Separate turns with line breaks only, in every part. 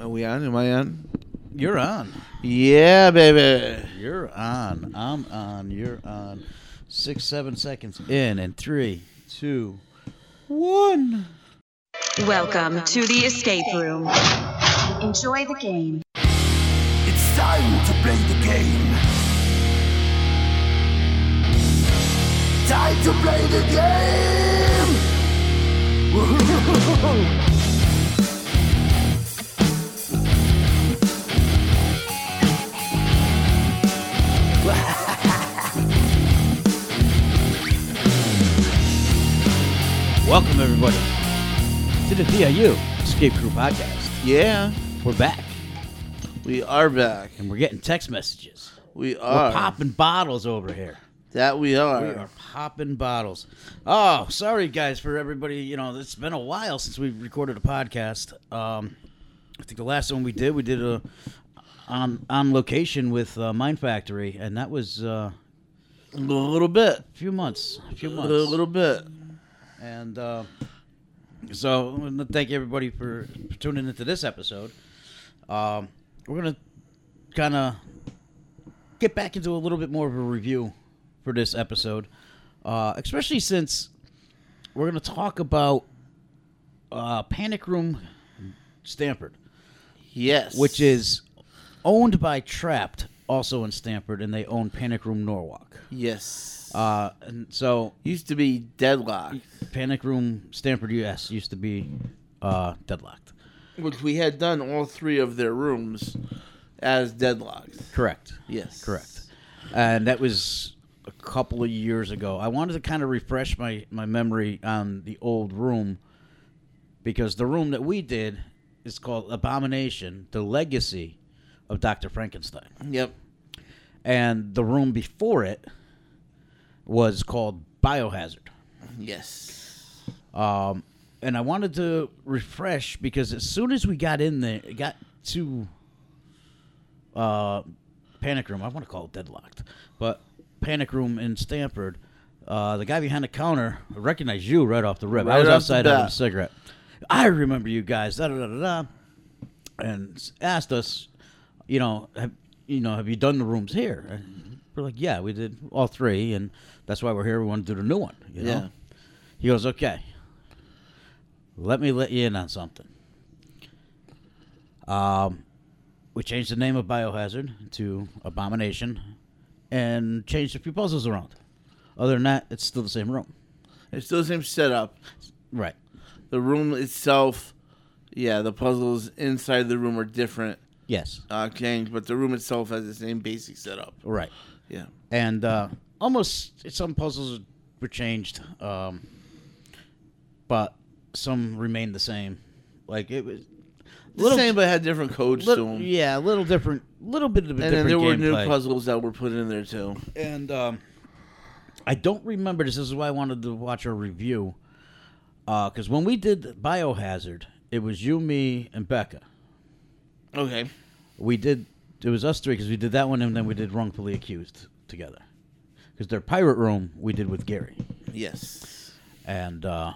Are we on? Am I on?
You're on.
Yeah, baby.
You're on. I'm on. You're on. Six, seven seconds in, and three, two, one.
Welcome to the escape room. Enjoy the game.
It's time to play the game. Time to play the game.
Welcome, everybody, to the DIU Escape Crew Podcast.
Yeah,
We're back,
we are back.
and we're getting text messages.
We
We're
are.
popping bottles over here.
That we are.
We are popping bottles. Oh, sorry guys for everybody. You know, it's been a while since we recorded a podcast. Um, I think the last one we did, we did a on on location with uh, Mind Factory, and that was uh,
A little bit.
a few months. A few
A
months.
little bit.
And uh, so, I want to thank everybody for, for tuning into this episode. Um, we're gonna kind of get back into a little bit more of a review for this episode, uh, especially since we're gonna talk about uh, Panic Room Stanford,
Yes.
which is owned by Trapped, also in Stanford, and they own Panic Room Norwalk.
yes.
Uh, and so
Used to be deadlock,
Panic Room Stanford US used to be uh, deadlocked.
which we had done all three of their rooms as deadlocked.
Correct.
Yes.
Correct. And that was a couple of years ago. I wanted to kind of refresh my, my memory on the old room because the room that we did is called Abomination, the legacy of Dr. Frankenstein.
Yep.
And the room before it was called Biohazard.
Yes.
Um, and I wanted to refresh because as soon as we got in there, got to uh, Panic Room, I want to call it Deadlocked, but Panic Room in Stanford, uh, the guy behind the counter recognized you right off the rip.
Right
I was
off the
outside having a
bat.
cigarette. I remember you guys, da da da da, da and s- asked us, you know, have, you know, have you done the rooms here? And we're like, yeah, we did all three, and that's why we're here. We want to do the new one. You know?
Yeah.
He goes, okay. Let me let you in on something. Um, we changed the name of Biohazard to Abomination, and changed a few puzzles around. Other than that, it's still the same room.
It's still the same setup.
Right.
The room itself, yeah, the puzzles inside the room are different,
Yes.
uh, changed, but the room itself has the same basic setup.
Right.
Yeah.
and uh, almost some puzzles were changed, um, but some remained the same. Like it was
The same, but had different codes to
little,
them.
yeah, a little different, little bit of a
and then
different
there were new
gameplay.
puzzles that were put in there too.
And um, I don't remember this. This is why I wanted to watch a review because when we did Biohazard, it was you, me, and Becca.
Okay.
We did. It was us three because we did that one, and then we did Wrongfully Accused together. Because their pirate room we did with Gary.
Yes.
and uh,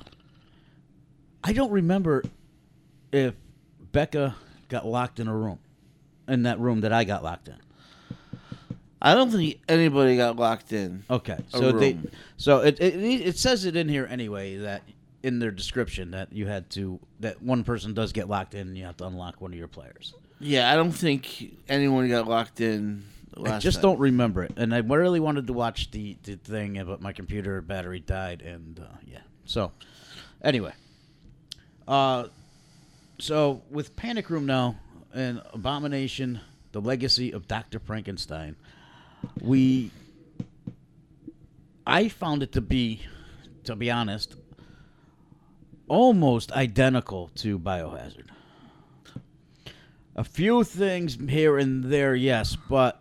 I don't remember if Becca got locked in a room, in that room that I got locked in.
I don't think anybody got locked in.
Okay,
Mm-hmm. A
so they,
room.
so it, it it says it in here anyway that in their description that you had to that one person does get locked in and you have to unlock one of your players.
Yeah, I don't think anyone got locked in. Last
I just
time.
don't remember it, and I really wanted to watch the, the thing, but my computer battery died, and uh, yeah. So, anyway, uh, so with Panic Room now and Abomination, the legacy of Doctor Frankenstein, we, I found it to be, to be honest, almost identical to Biohazard. A few things here and there, yes, but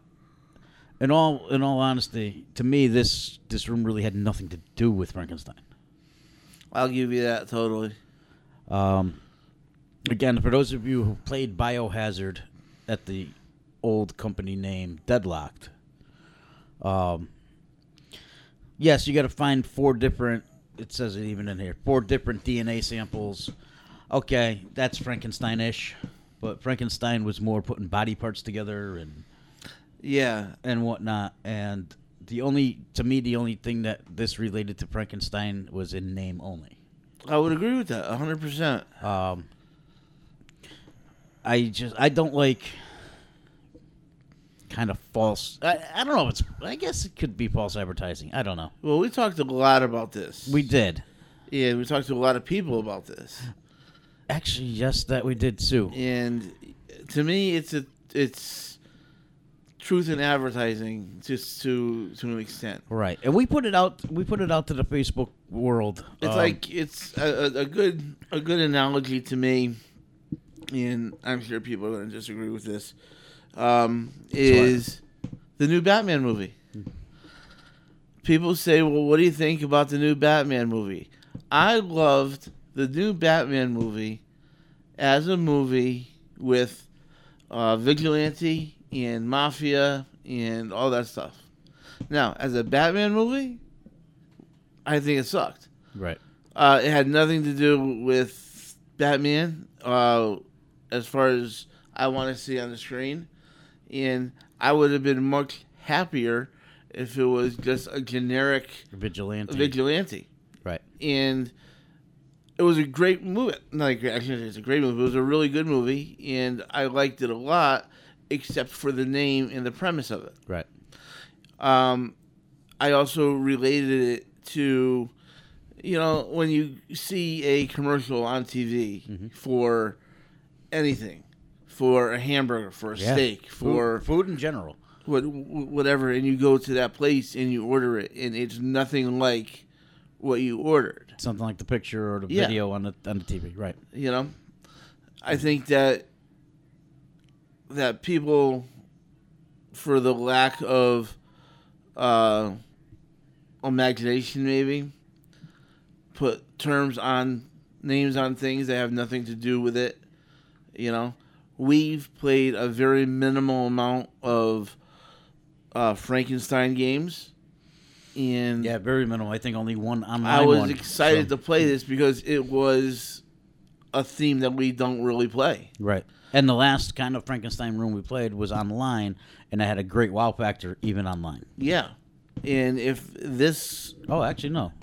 in all in all honesty, to me this this room really had nothing to do with Frankenstein.
I'll give you that totally.
Um, again, for those of you who played Biohazard at the old company name Deadlocked, um, yes, you got to find four different. It says it even in here. Four different DNA samples. Okay, that's Frankenstein-ish. But Frankenstein was more putting body parts together and
Yeah.
and whatnot. And the only, to me, the only thing that this related to Frankenstein was in name only.
I would agree with that 100%.
Um, I just, I don't like kind of false. I, I don't know. If it's, I guess it could be false advertising. I don't know.
Well, we talked a lot about this.
We did.
yeah, we talked to a lot of people about this.
Actually, yes, that we did too.
And to me it's a it's truth in advertising just to to an extent.
Right, and we put it out. We put it out to the Facebook world.
It's
um,
like it's a, a, a good a good analogy to me, and I'm sure people are going to disagree with this. Um, is the new Batman movie? People say, "Well, what do you think about the new Batman movie?" I loved the new Batman movie as a movie with uh, vigilante and mafia and all that stuff. Now, as a Batman movie, I think it sucked.
right.
Uh, it had nothing to do with Batman, uh, as far as I want to see on the screen. And I would have been much happier if it was just a generic
Vigilante.
vigilante.
right.
And it was a great movie. Not a great, I shouldn't say it's a great movie. It was a really good movie, and I liked it a lot, except for the name and the premise of it.
Right.
Um, I also related it to, you know, when you see a commercial on TV for anything, for a hamburger, for a
Yeah.
steak, for
food, food in general.
what, whatever, and you go to that place and you order it, and it's nothing like what you ordered.
Something like the picture or the
Yeah.
video on the on the TV. Right.
you know i think that that people for the lack of uh imagination maybe put terms on names on things that have nothing to do with it you know we've played a very minimal amount of uh, frankenstein games and
Yeah, very minimal. I think only one online.
I was
one,
excited
so-
to play this because it was a theme that we don't really play.
right. And the last kind of Frankenstein room we played was online, and I had a great wow factor even online.
Yeah. And if this
Oh, actually, no.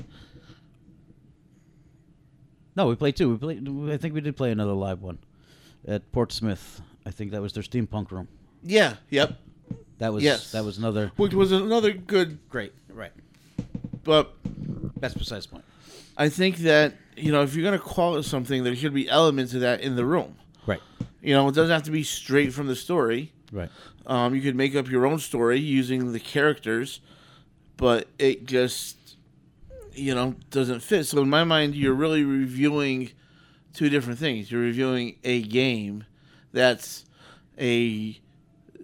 No, we played two. We played. I think we did play another live one at Portsmouth. I think that was their steampunk room.
Yeah, yep.
That was
Yes.
that was another
Which was another good
great right.
but
That's besides the point.
I think that, you know, if you're gonna call it something, there should be elements of that in the room.
Right,
You know, it doesn't have to be straight from the story.
right,
Um, you could make up your own story using the characters, but it just, you know, doesn't fit. So in my mind, you're really reviewing two different things. You're reviewing a game that's a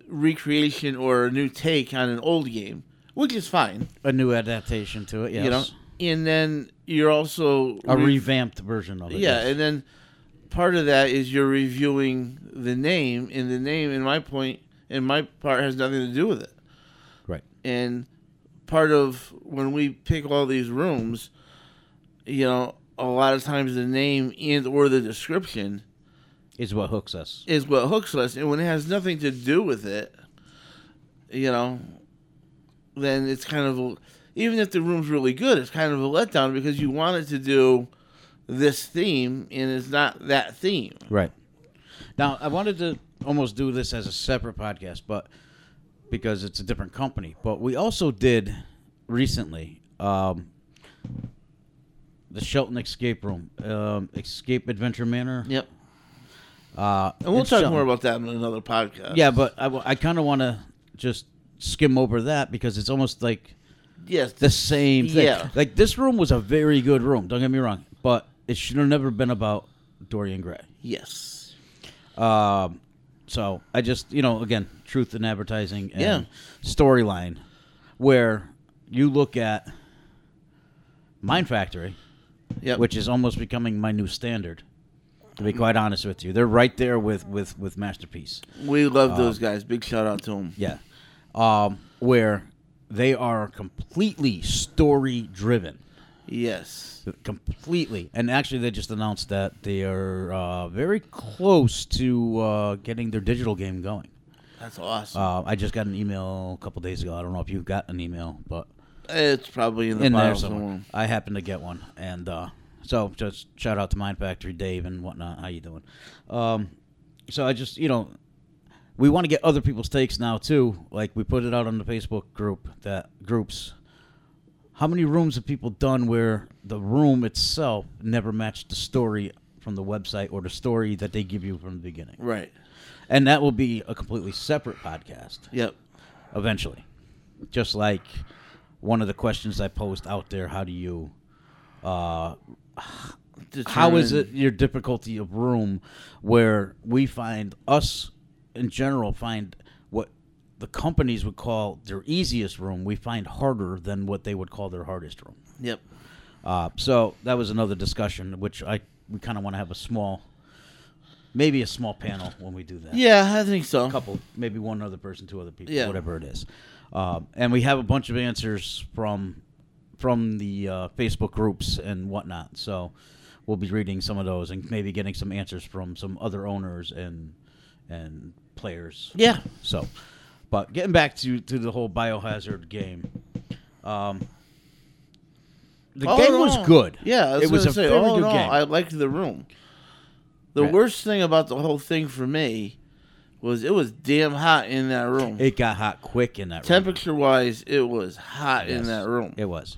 recreation or a new take on an old game, which is fine,
a new adaptation to it. Yes,
you know. And then you're also
a
re-
revamped version of it.
yeah,
yes.
and then part of that is you're reviewing the name, and the name, in my point, in my part, has nothing to do with it.
right,
And part of when we pick all these rooms, you know, a lot of times the name and or the description
is what hooks us.
is what hooks us, and when it has nothing to do with it, you know, then it's kind of a, even if the room's really good, it's kind of a letdown because you wanted to do this theme and it's not that theme.
Right. Now, I wanted to almost do this as a separate podcast, but because it's a different company. But we also did recently um, the Shelton Escape Room, um, Escape Adventure Manor.
Yep.
Uh,
And we'll
in
talk
Shelton.
more about that in another podcast.
Yeah, but I, kind of want to just skim over that because it's almost like
Yes.
the same thing.
Yeah.
Like this room was a very good room. Don't get me wrong, but it should have never been about Dorian Gray.
yes.
Um, so I just, you know, again, truth in advertising and
Yeah.
storyline, where you look at Mind Factory,
Yep.
which is almost becoming my new standard. To be quite honest with you, they're right there with with with masterpiece.
we
uh,
love those guys. Big shout out to them.
Yeah, um, where they are completely story driven.
Yes.
completely. And actually, they just announced that they are uh, very close to uh, getting their digital game going.
That's awesome.
Uh, I just got an email a couple days ago. I don't know if you got an email, but
it's probably in the
in there
pile
somewhere.
somewhere.
I happened to get one, and uh, so just shout out to Mind Factory, Dave, and whatnot. How you doing? Um, so I just you know, we want to get other people's takes now too. Like we put it out on the Facebook group that groups. How many rooms have people done where the room itself never matched the story from the website or the story that they give you from the beginning?
Right.
And that will be a completely separate podcast
Yep.
eventually. Just like one of the questions I posed out there, how do you how is it
Determine-
your difficulty of room where we find us in general find what the companies would call their easiest room, we find harder than what they would call their hardest room.
Yep.
Uh, so that was another discussion, which I we kind of want to have a small, maybe a small panel when we do that
Yeah, I think so.
couple, maybe one other person, two other people,
Yeah.
whatever it is. Um, and we have a bunch of answers from from the uh, Facebook groups and whatnot. So we'll be reading some of those and maybe getting some answers from some other owners and and players.
Yeah.
So, but getting back to to the whole biohazard game. Um, the
All
game
in
was
all-
good.
Yeah, I
it was
gonna
a
say,
very
all in
good
all,
game.
I liked the room. The
Right.
worst thing about the whole thing for me was it was damn hot in that room.
it got hot quick in that. room.
Temperature wise, it was hot in
Yes,
that room.
It was.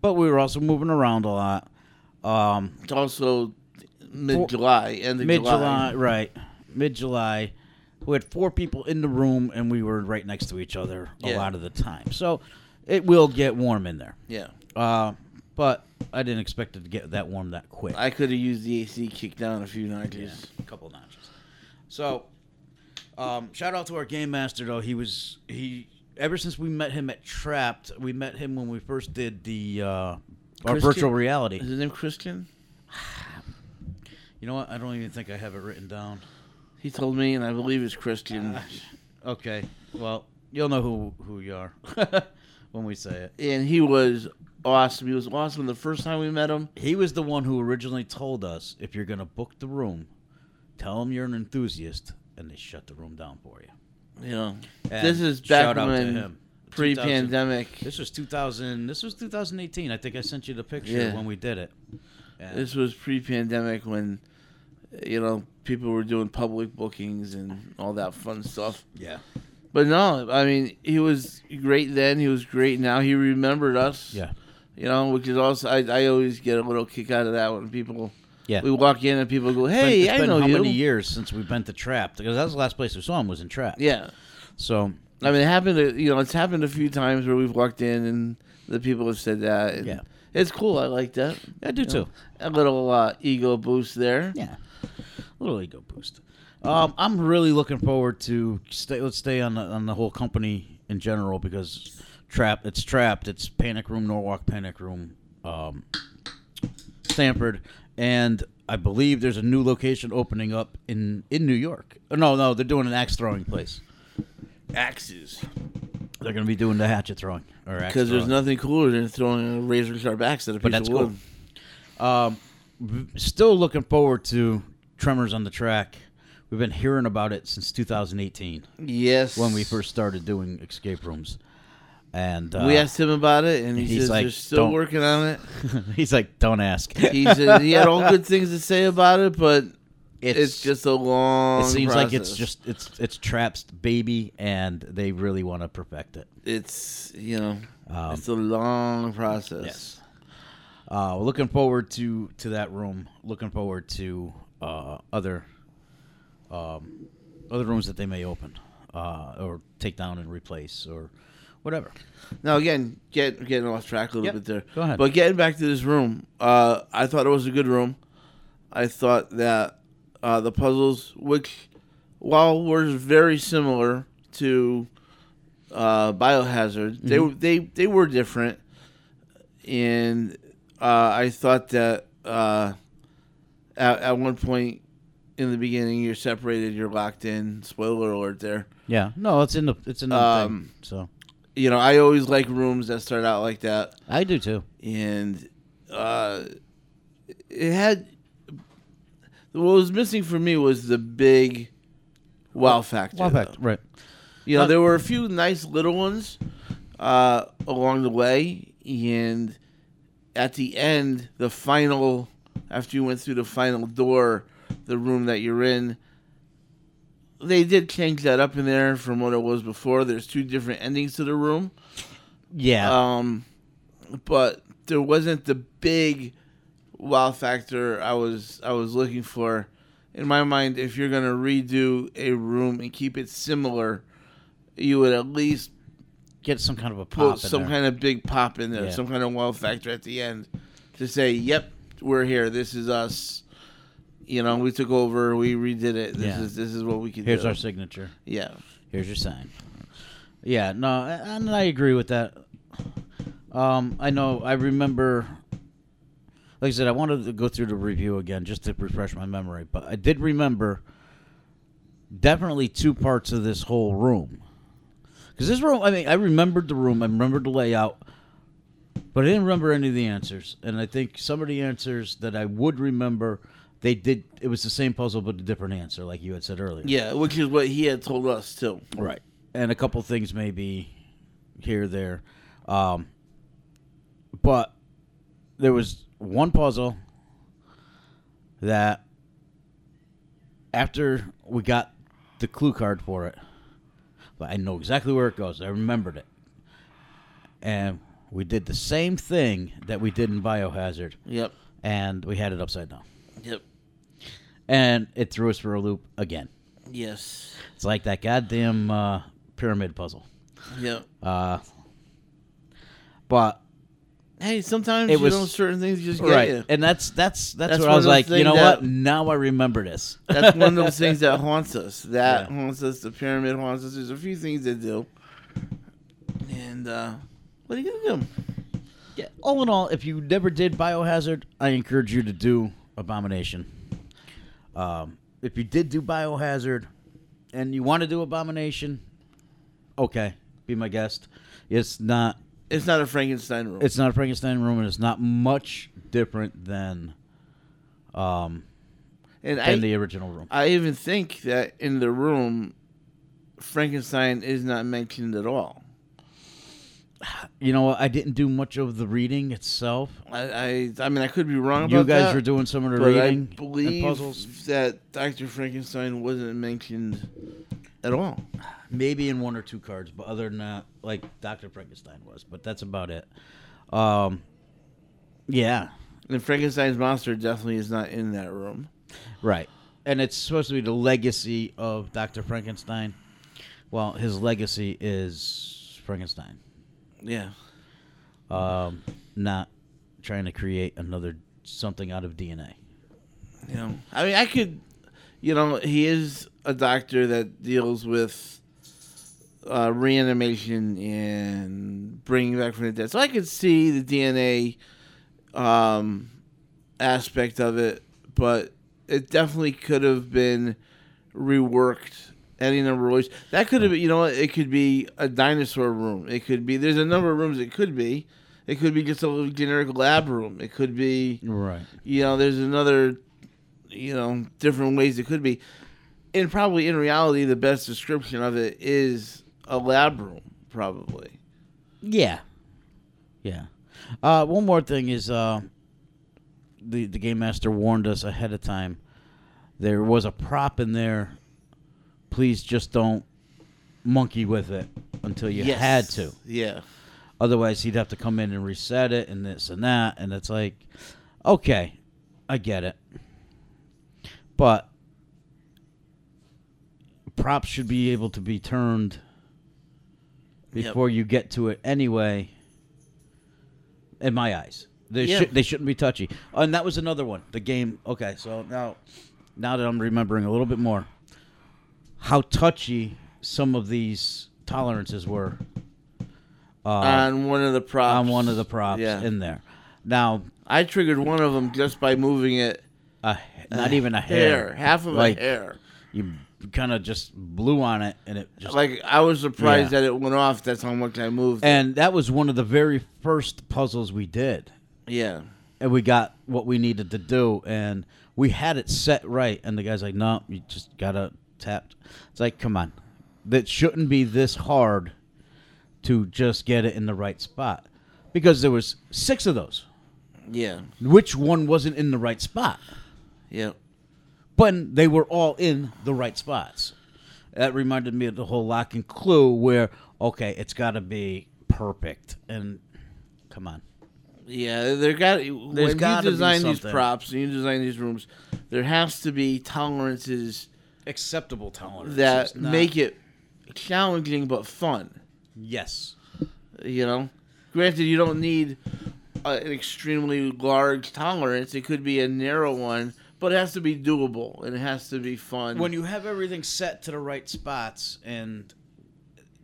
But we were also moving around a lot. Um,
It's also mid July, end of
Mid
July.
July, right? Mid July, we had four people in the room, and we were right next to each other a
Yeah.
lot of the time. So it will get warm in there.
Yeah.
Uh, but I didn't expect it to get that warm that quick.
I could have used the AC kick down a few
Yeah,
notches.
a couple notches. So, um, shout out to our game master though. He was he ever since we met him at Trapped. We met him when we first did the uh, our
Chris
virtual
Ki-
reality.
Is his name Christian?
You know what? I don't even think I have it written down.
He told me, and I believe it's Christian.
Okay. Well, you'll know who who you are when we say it.
and he was awesome. He was awesome the first time we met him.
He was the one who originally told us if you're going to book the room, tell them you're an enthusiast, and they shut the room down for you.
You know,
And
this is
shout
back
out to
when
him. 2000
pre-pandemic.
This was 2000. This was 2018. I think I sent you the picture
Yeah.
when we did it. And
This was pre-pandemic when, you know, people were doing public bookings and all that fun stuff.
yeah,
But no, I mean, he was great then. He was great now. He remembered us.
yeah,
You know, which is also I, I always get a little kick out of that when people
yeah.
we walk in and people go,
It's been-
"Hey,
it's
I
been
know
how
you."
many years since we've been to Trap? Because that was the last place we saw him was in Trap.
Yeah.
So
I mean, it happened. To, you know, it's happened a few times where we've walked in and the people have said that. and
Yeah.
it's cool. I like that.
I do
You know,
too.
a little uh, ego boost there.
Yeah, a little ego boost. Um, I'm really looking forward to stay. Let's stay on the, on the whole company in general because trap. It's trapped. It's Panic Room, Norwalk Panic Room, um, Stanford, and I believe there's a new location opening up in in New York. Oh, No, no, they're doing an axe throwing place.
Axes,
They're going to be doing the hatchet throwing or axe
because there's
throwing.
nothing cooler than throwing a razor sharp axe at a piece
but that's
of wood.
cool. Um, v- still looking forward to Tremors on the Track. We've been hearing about it since 2018.
Yes,
when we first started doing escape rooms. And uh,
we asked him about it, and he
he's
says
like,
they're still
"Don't."
working on it.
he's like, "Don't ask."
He said he had all good things to say about it, but it's, just a long.
it seems like it's
process.
just it's it's traps baby, and they really want to perfect it.
it's you know
Um,
it's a long process.
Uh, looking forward to to that room. Looking forward to uh, other um, other rooms that they may open uh, or take down and replace or whatever.
Now again, get getting off track a little
Yep.
bit there.
Go ahead.
But getting back to this room, uh, I thought it was a good room. I thought that uh, the puzzles, which while were very similar to uh, Biohazard, they
Mm-hmm.
were- they they were different, and uh, I thought that uh, at, at one point in the beginning you're separated, you're locked in. Spoiler alert there.
Yeah, no, it's in the it's in the
Um,
thing. So
You know, I always like rooms that start out like that.
I do too.
and uh, it had what was missing for me was the big wow factor.
Wow, fact,
though.
right?
You know,
Uh,
there were a few nice little ones uh, along the way, and at the end, the final, after you went through the final door, the room that you're in, they did change that up in there from what it was before. There's two different endings to the room,
Yeah,
um, but there wasn't the big wow factor I was I was looking for. In my mind, if you're gonna redo a room and keep it similar, you would at least
get some kind of a pop.
put
in
some
there.
kind of big pop in there,
Yeah.
some kind of wow factor at the end to say, "Yep, we're here. This is us." You know, we took over. We redid it. This
Yeah.
is this is what we can
Here's
do.
our signature.
yeah.
Here's your sign. Yeah, no, and I agree with that. Um, I know. I remember. Like I said, I wanted to go through the review again just to refresh my memory, but I did remember definitely two parts of this whole room. Because this room, I mean, I remembered the room, I remembered the layout, but I didn't remember any of the answers. And I think some of the answers that I would remember, they did. It was the same puzzle, but a different answer, like you had said earlier.
Yeah, which is what he had told us too.
Right. And a couple things maybe here there. Um, but there was one puzzle that after we got the clue card for it, but I know exactly where it goes. I remembered it. And we did the same thing that we did in Biohazard,
Yep.
and we had it upside down.
Yep.
And it threw us for a loop again.
Yes.
It's like that goddamn uh, pyramid puzzle.
Yep.
Uh, but
Hey, sometimes
It
you
was-
know certain things just get
right,
you.
and that's that's that's,
That's
where
one
I was
of those
like, you
things
know
that-
what? Now I remember this.
That's one of those things that haunts us. That
Yeah.
haunts us. The pyramid haunts us. There's a few things that do. And uh, what are you gonna do?
Yeah, all in all, if you never did Biohazard, I encourage you to do Abomination. Um, if you did do Biohazard, and you want to do Abomination, okay, be my guest. It's not
It's not a Frankenstein rule.
it's not a Frankenstein room, and it's not much different than um
and I,
than the original room.
I even think that in the room, Frankenstein is not mentioned at all.
You know, what? I didn't do much of the reading itself.
I, I, I mean, I could be wrong about
You guys
that,
were doing some of the
but I
reading and
believe
puzzles.
that Doctor Frankenstein wasn't mentioned at all.
maybe in one or two cards, but other than that, like Doctor Frankenstein was, but that's about it. Um, yeah,
And Frankenstein's monster definitely is not in that room.
right. And it's supposed to be the legacy of Doctor Frankenstein. Well, his legacy is Frankenstein.
Yeah.
Um, not trying to create another something out of DNA.
You know, I mean, I could, you know, he is a doctor that deals with uh, reanimation and bringing back from the dead. So I could see the DNA um, aspect of it, but it definitely could have been reworked any number of ways. That could have been, you know, what, it could be a dinosaur room. It could be, there's a number of rooms it could be. It could be just a little generic lab room. It could be
Right.
you know, there's another, you know, different ways it could be. And probably in reality, the best description of it is a lab room, probably.
Yeah, yeah. Uh, one more thing is uh, the the game master warned us ahead of time. There was a prop in there. Please just don't monkey with it until you
Yes.
had to.
Yeah.
Otherwise, he'd have to come in and reset it and this and that. And it's like, okay, I get it. But props should be able to be turned
Yep.
before you get to it anyway, in my eyes. They,
Yeah.
should, they shouldn't be touchy. Oh, And that was another one. The game. Okay, so now, now that I'm remembering a little bit more, how touchy some of these tolerances were
on one of the props.
Uh, on one of the props
Yeah.
in there. Now,
I triggered one of them just by moving it
a, h- not even a hair.
hair, half of
Like,
a hair.
You kind of just blew on it, and it just
Like, I was surprised
Yeah.
that it went off. That's how much I moved.
and that was one of the very first puzzles we did.
yeah.
and we got what we needed to do, and we had it set right. And the guy's like, "No, you just gotta tap." It's like, come on, that shouldn't be this hard to just get it in the right spot, because there was six of those.
Yeah.
Which one wasn't in the right spot?
Yeah.
but they were all in the right spots. That reminded me of the whole lock and clue where okay, it's got to be perfect and come on.
Yeah, there got when
gotta be
you design these
something.
props and you design these rooms, there has to be tolerances
Acceptable tolerance
that make it challenging but fun.
yes.
You know, granted, you don't need a, an extremely large tolerance. It could be a narrow one, but it has to be doable and it has to be fun.
When you have everything set to the right spots and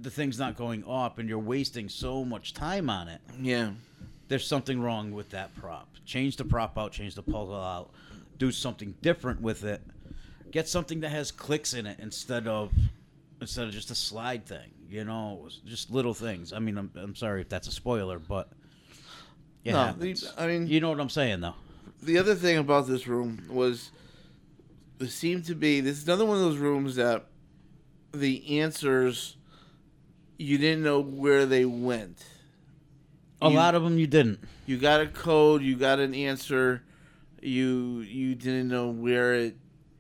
the thing's not going up and you're wasting so much time on it,
yeah,
there's something wrong with that prop. Change the prop out, change the puzzle out, do something different with it. Get something that has clicks in it instead of instead of just a slide thing. You know, just little things. I mean, I'm, I'm sorry if that's a spoiler, but it
No,
happens.
the- I mean-
you know what I'm saying though.
the other thing about this room was it seemed to be this is another one of those rooms that the answers you didn't know where they went.
A
You-
lot of them you didn't.
You got a code, you got an answer, you you didn't know where it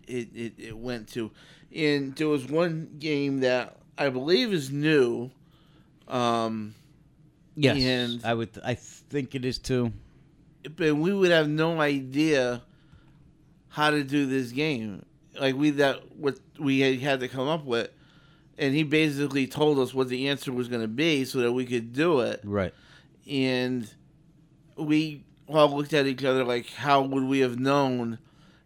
it, it, it went to. And there was one game that I believe is new. Um
Yes,
And-
I would. I think it is too.
but we would have no idea how to do this game. Like we that what we had- had to come up with, and he basically told us what the answer was going to be so that we could do it.
Right.
And we all looked at each other like, how would we have known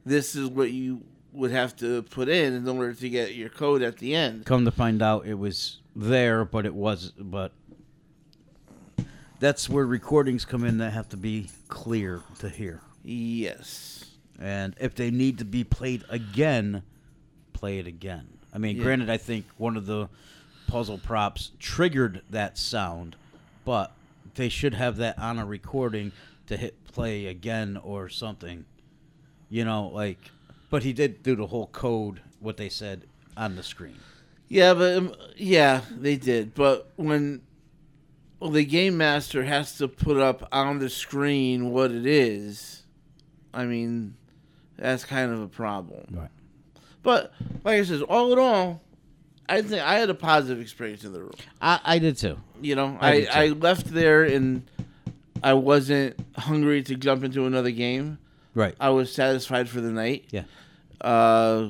this is what you would have to put in in order to get your code at the end?
Come to find out, it was there, but it was. But that's where recordings come in that have to be clear to hear.
Yes.
And if they need to be played again, play it again. I mean,
Yeah.
granted, I think one of the puzzle props triggered that sound, but they should have that on a recording to hit play again or something. You know, like, but he did do the whole code, what they said on the screen.
Yeah, but um, yeah, they did. But when well, the game master has to put up on the screen what it is, I mean, that's kind of a problem.
Right.
But like I said, all in all, I think I had a positive experience in the room.
I, I did too.
You know,
I
I,
did
I,
too.
left there and I wasn't hungry to jump into another game.
Right.
I was satisfied for the night.
yeah.
Uh,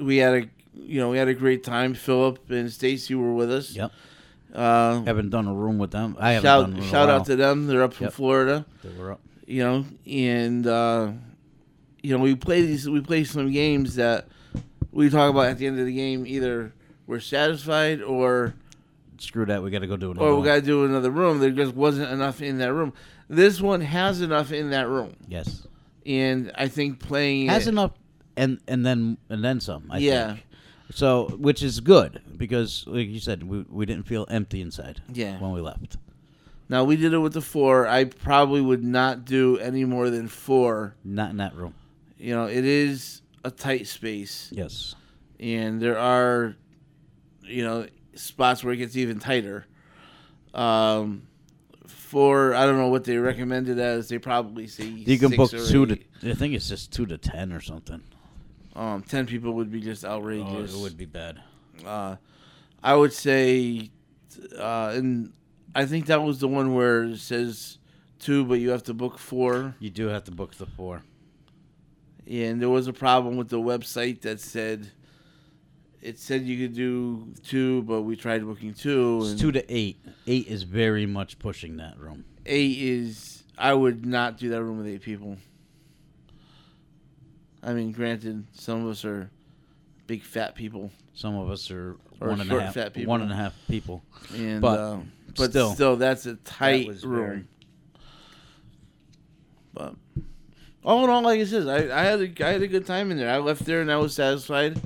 we had a you know we had a great time. Philip and Stacy were with us.
Yep.
Uh,
Haven't done a room with them. I haven't done
shout
one in a
shout
while.
out to them. They're up from
Yep.
Florida.
They were up.
You know, and uh, you know we play these we play some games that we talk about at the end of the game. Either we're satisfied or
Screw that. We got to go do another.
or
one.
we got to do another room. There just wasn't enough in that room. This one has enough in that room,
yes.
and I think playing
has
it,
enough and and then and then some I
Yeah.
think. so which is good because like you said we, we didn't feel empty inside
Yeah.
when we left
Now we did it with the four. I probably would not do any more than four.
not in that room
You know, it is a tight space,
yes
and there are, you know, spots where it gets even tighter. Um, four. I don't know what they recommended as. They probably say
you can
six
book
or
two to
eight.
I think it's just two to ten or something
um ten people would be just
oh,
outrageous.
it would be bad
Uh, I would say, uh, and I think that was the one where it says two, but you have to book four.
you do have to book the four
and there was a problem with the website that said it said you could do two, but we tried booking two.
it's
And
two to eight eight is very much pushing that room
Eight is I would not do that room with eight people. I mean, granted, some of us are big fat people,
some of us are
Or
one and a
short,
half
fat people.
one and a half people
and
But
but, uh, but
still,
still, that's a tight
was
room.
very-
But all in all, like I said, I, I had a, I had a good time in there. I left there and I was satisfied,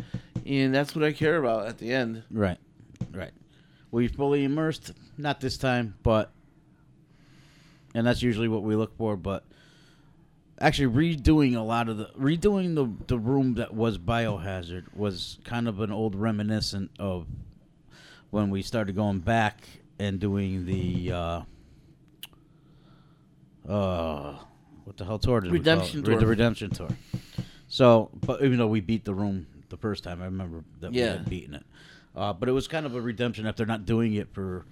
and that's what I care about at the end.
right right were you fully immersed not this time but and that's usually what we look for. But actually, redoing a lot of the redoing the the room that was Biohazard was kind of an old reminiscent of when we started going back and doing the uh, uh what the hell tour did
Redemption
we call it?
tour.
Re- The redemption tour. So, but even though we beat the room the first time, I remember that we
Yeah.
had beaten it. Uh, but it was kind of a redemption after not doing it for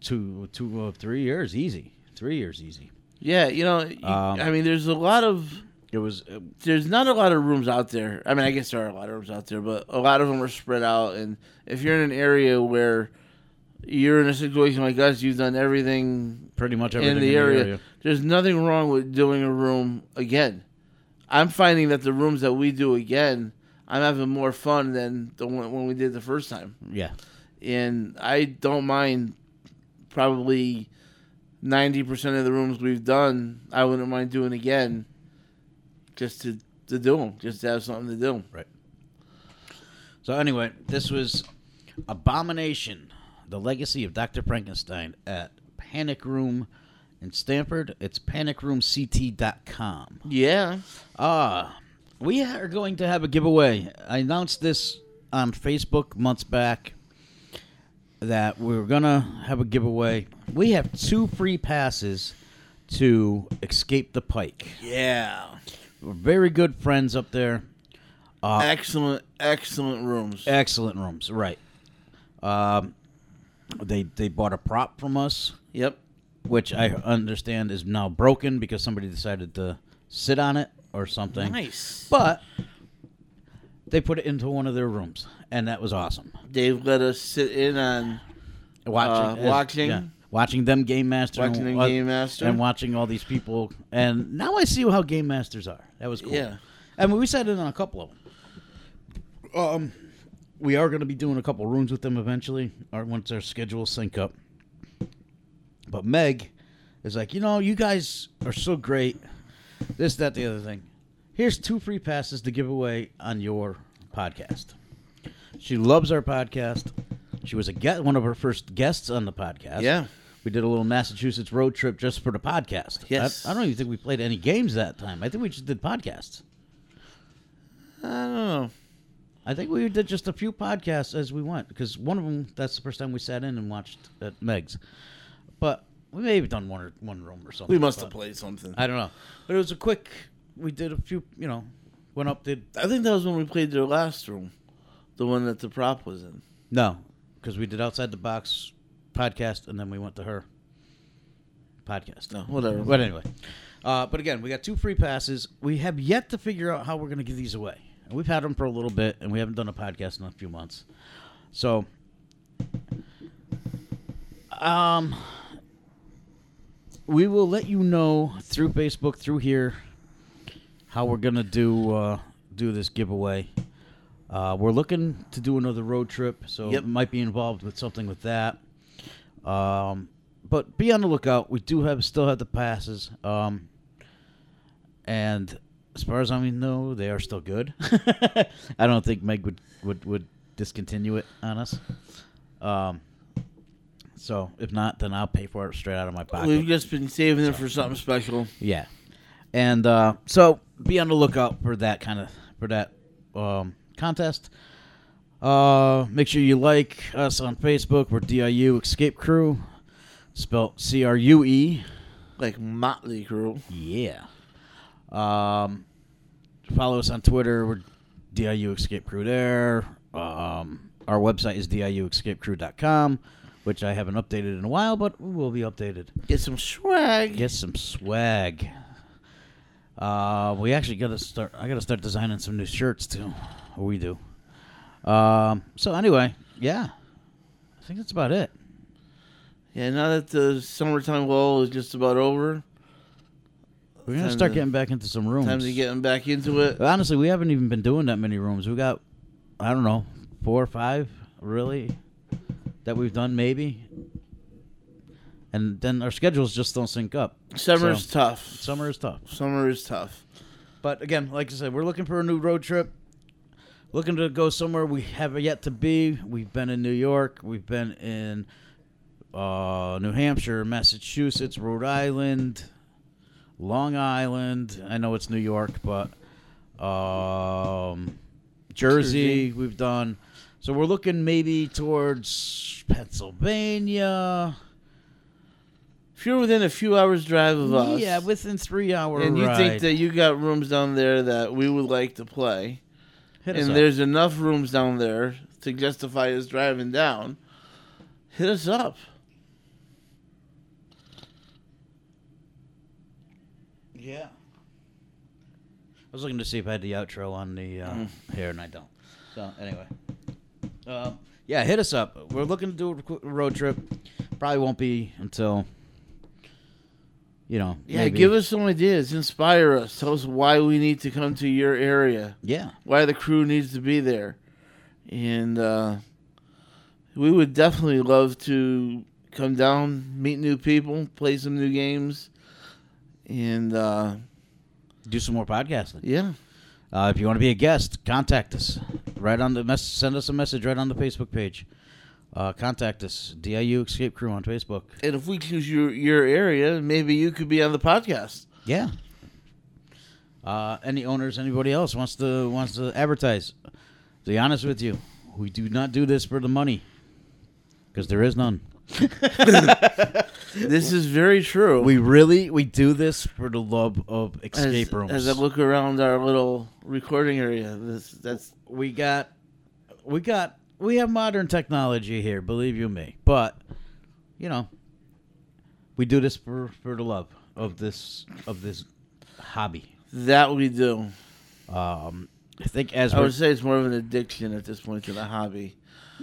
two, two, uh, three years, easy. Three years, easy.
Yeah, you know, you-
Um,
I mean, there's a lot of
It was uh,
there's not a lot of rooms out there. I mean, I guess there are a lot of rooms out there, but a lot of them are spread out. And if you're in an area where you're in a situation like us, you've done everything
pretty much everything
in the area. There's nothing wrong with doing a room again. I'm finding that the rooms that we do again, I'm having more fun than the one when we did the first time.
Yeah,
And I don't mind probably 90% of the rooms we've done, I wouldn't mind doing again just to, to do them, just to have something to do.
right. So anyway, this was Abomination, the legacy of Dr. Frankenstein at Panic Room in Stanford. It's panicroomct.com.
Yeah.
Ah, we are going to have a giveaway. I announced this on Facebook months back that we were gonna have a giveaway. We have two free passes to Escape the Pike.
Yeah.
We're very good friends up there.
Uh, Excellent, excellent rooms.
Excellent rooms, right? Um, they they bought a prop from us,
Yep.
which I understand is now broken because somebody decided to sit on it or something.
Nice.
But they put it into one of their rooms, and that was awesome.
They've let us sit in on
Watching,
Uh, watching.
watching them game master,
Watching
and,
them
wa-
Game Master.
and watching all these people. And now I see how game masters are. That was cool.
Yeah.
I mean, we sat in on a couple of them. Um, we are going to be doing a couple rooms with them eventually, or once our schedules sync up. But Meg is like, you know, you guys are so great. This, that, the other thing. Here's two free passes to give away on your podcast. She loves our podcast. She was a guest, one of her first guests on the podcast.
Yeah.
We did a little Massachusetts road trip just for the podcast.
Yes.
I, I don't even think we played any games that time. I think we just did podcasts.
I don't know.
I think we did just a few podcasts as we went because one of them that's the first time we sat in and watched at Meg's, but we may have done one or one room or something.
We must have
but
played something. I,
I don't know, but it was a quick. We did a few, you know, went up did
think that was when we played their last room, the one that the prop was in.
no because we did outside the box podcast and then we went to her podcast.
No, whatever.
But anyway, uh, but again, we got two free passes. We have yet to figure out how we're going to give these away. And we've had them for a little bit, and we haven't done a podcast in a few months. So, um, we will let you know through Facebook, through here, how we're going to do uh, do this giveaway. Uh, we're looking to do another road trip, so
Yep.
it might be involved with something with that. Um, but be on the lookout. We do have still have the passes. Um, and as far as I know, they are still good. I don't think Meg would, would, would discontinue it on us. Um, so if not, then I'll pay for it straight out of my pocket.
We've just been saving it for something special.
Yeah, and uh, so be on the lookout for that kind of for that um, contest. Uh, make sure you like us on Facebook. We're DIU Escape Crew, spelled C R U E.
Like Motley Crue.
Yeah. Um, follow us on Twitter. We're DIU Escape Crew there. Um, our website is diuescapecrew.com, which I haven't updated in a while, but we will be updated.
Get some swag.
Get some swag. Uh, we actually gotta start. I gotta start designing some new shirts too. Or we do. Um, so anyway, yeah, I think that's about it.
Yeah, now that the summertime lull is just about over,
We're gonna
Time
start
to-
getting back into some rooms.
time to get them back into it.
Honestly, we haven't even been doing that many rooms. We got, I don't know, four or five really that we've done maybe. And then our schedules just don't sync up.
Summer's
So,
tough.
Summer is tough.
Summer is tough.
But again, like I said, we're looking for a new road trip. Looking to go somewhere we have yet to be. We've been in New York. We've been in uh, New Hampshire, Massachusetts, Rhode Island, Long Island. I know it's New York, but um, Jersey, we've done. So we're looking maybe towards Pennsylvania.
If you're within a few hours drive of us,
Yeah, within three hours.
and you think that you got rooms down there that we would like to play,
Hit us
and
up.
there's enough rooms down there to justify us driving down, hit us up.
Yeah. I was looking to see if I had the outro on the
Mm.
uh, here, and I don't. So anyway, um, yeah, hit us up. We're looking to do a qu- road trip. Probably won't be until you know.
Yeah,
maybe-
give us some ideas, inspire us, tell us why we need to come to your area,
Yeah,
why the crew needs to be there, and uh, we would definitely love to come down, meet new people, play some new games, and uh,
do some more podcasting.
yeah.
Uh, if you want to be a guest, contact us right on the mess. Send us a message right on the Facebook page. Uh, contact us, DIU Escape Crew on Facebook.
And if we choose your your area, maybe you could be on the podcast.
Yeah. Uh, any owners, anybody else wants to wants to advertise? To be honest with you, we do not do this for the money, because there is none.
This is very true.
We really we do this for the love of
as,
escape rooms.
As I look around our little recording area, this that's
we got, we got, we have modern technology here. Believe you me, but you know, we do this for for the love of this of this hobby.
that we do.
Um, I think as
I
we're
would say it's more of an addiction at this point than a hobby.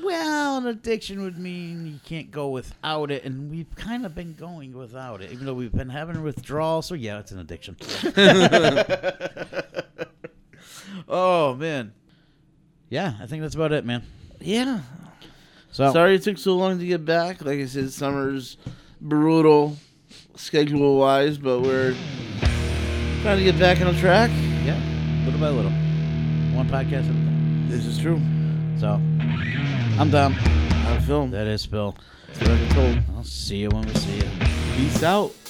Well, an addiction would mean you can't go without it, and we've kind of been going without it, even though we've been having a withdrawal. So yeah, it's an addiction. oh man, yeah, I think that's about it, man.
Yeah.
So
Oh. Sorry it took so long to get back. Like I said, summer's brutal schedule wise, but we're trying to get back on track.
yeah, little by little, one podcast at a time.
This is true.
So I'm Dom.
On film.
That is Phil.
That's what I've been told.
I'll see you when we see you.
Peace out.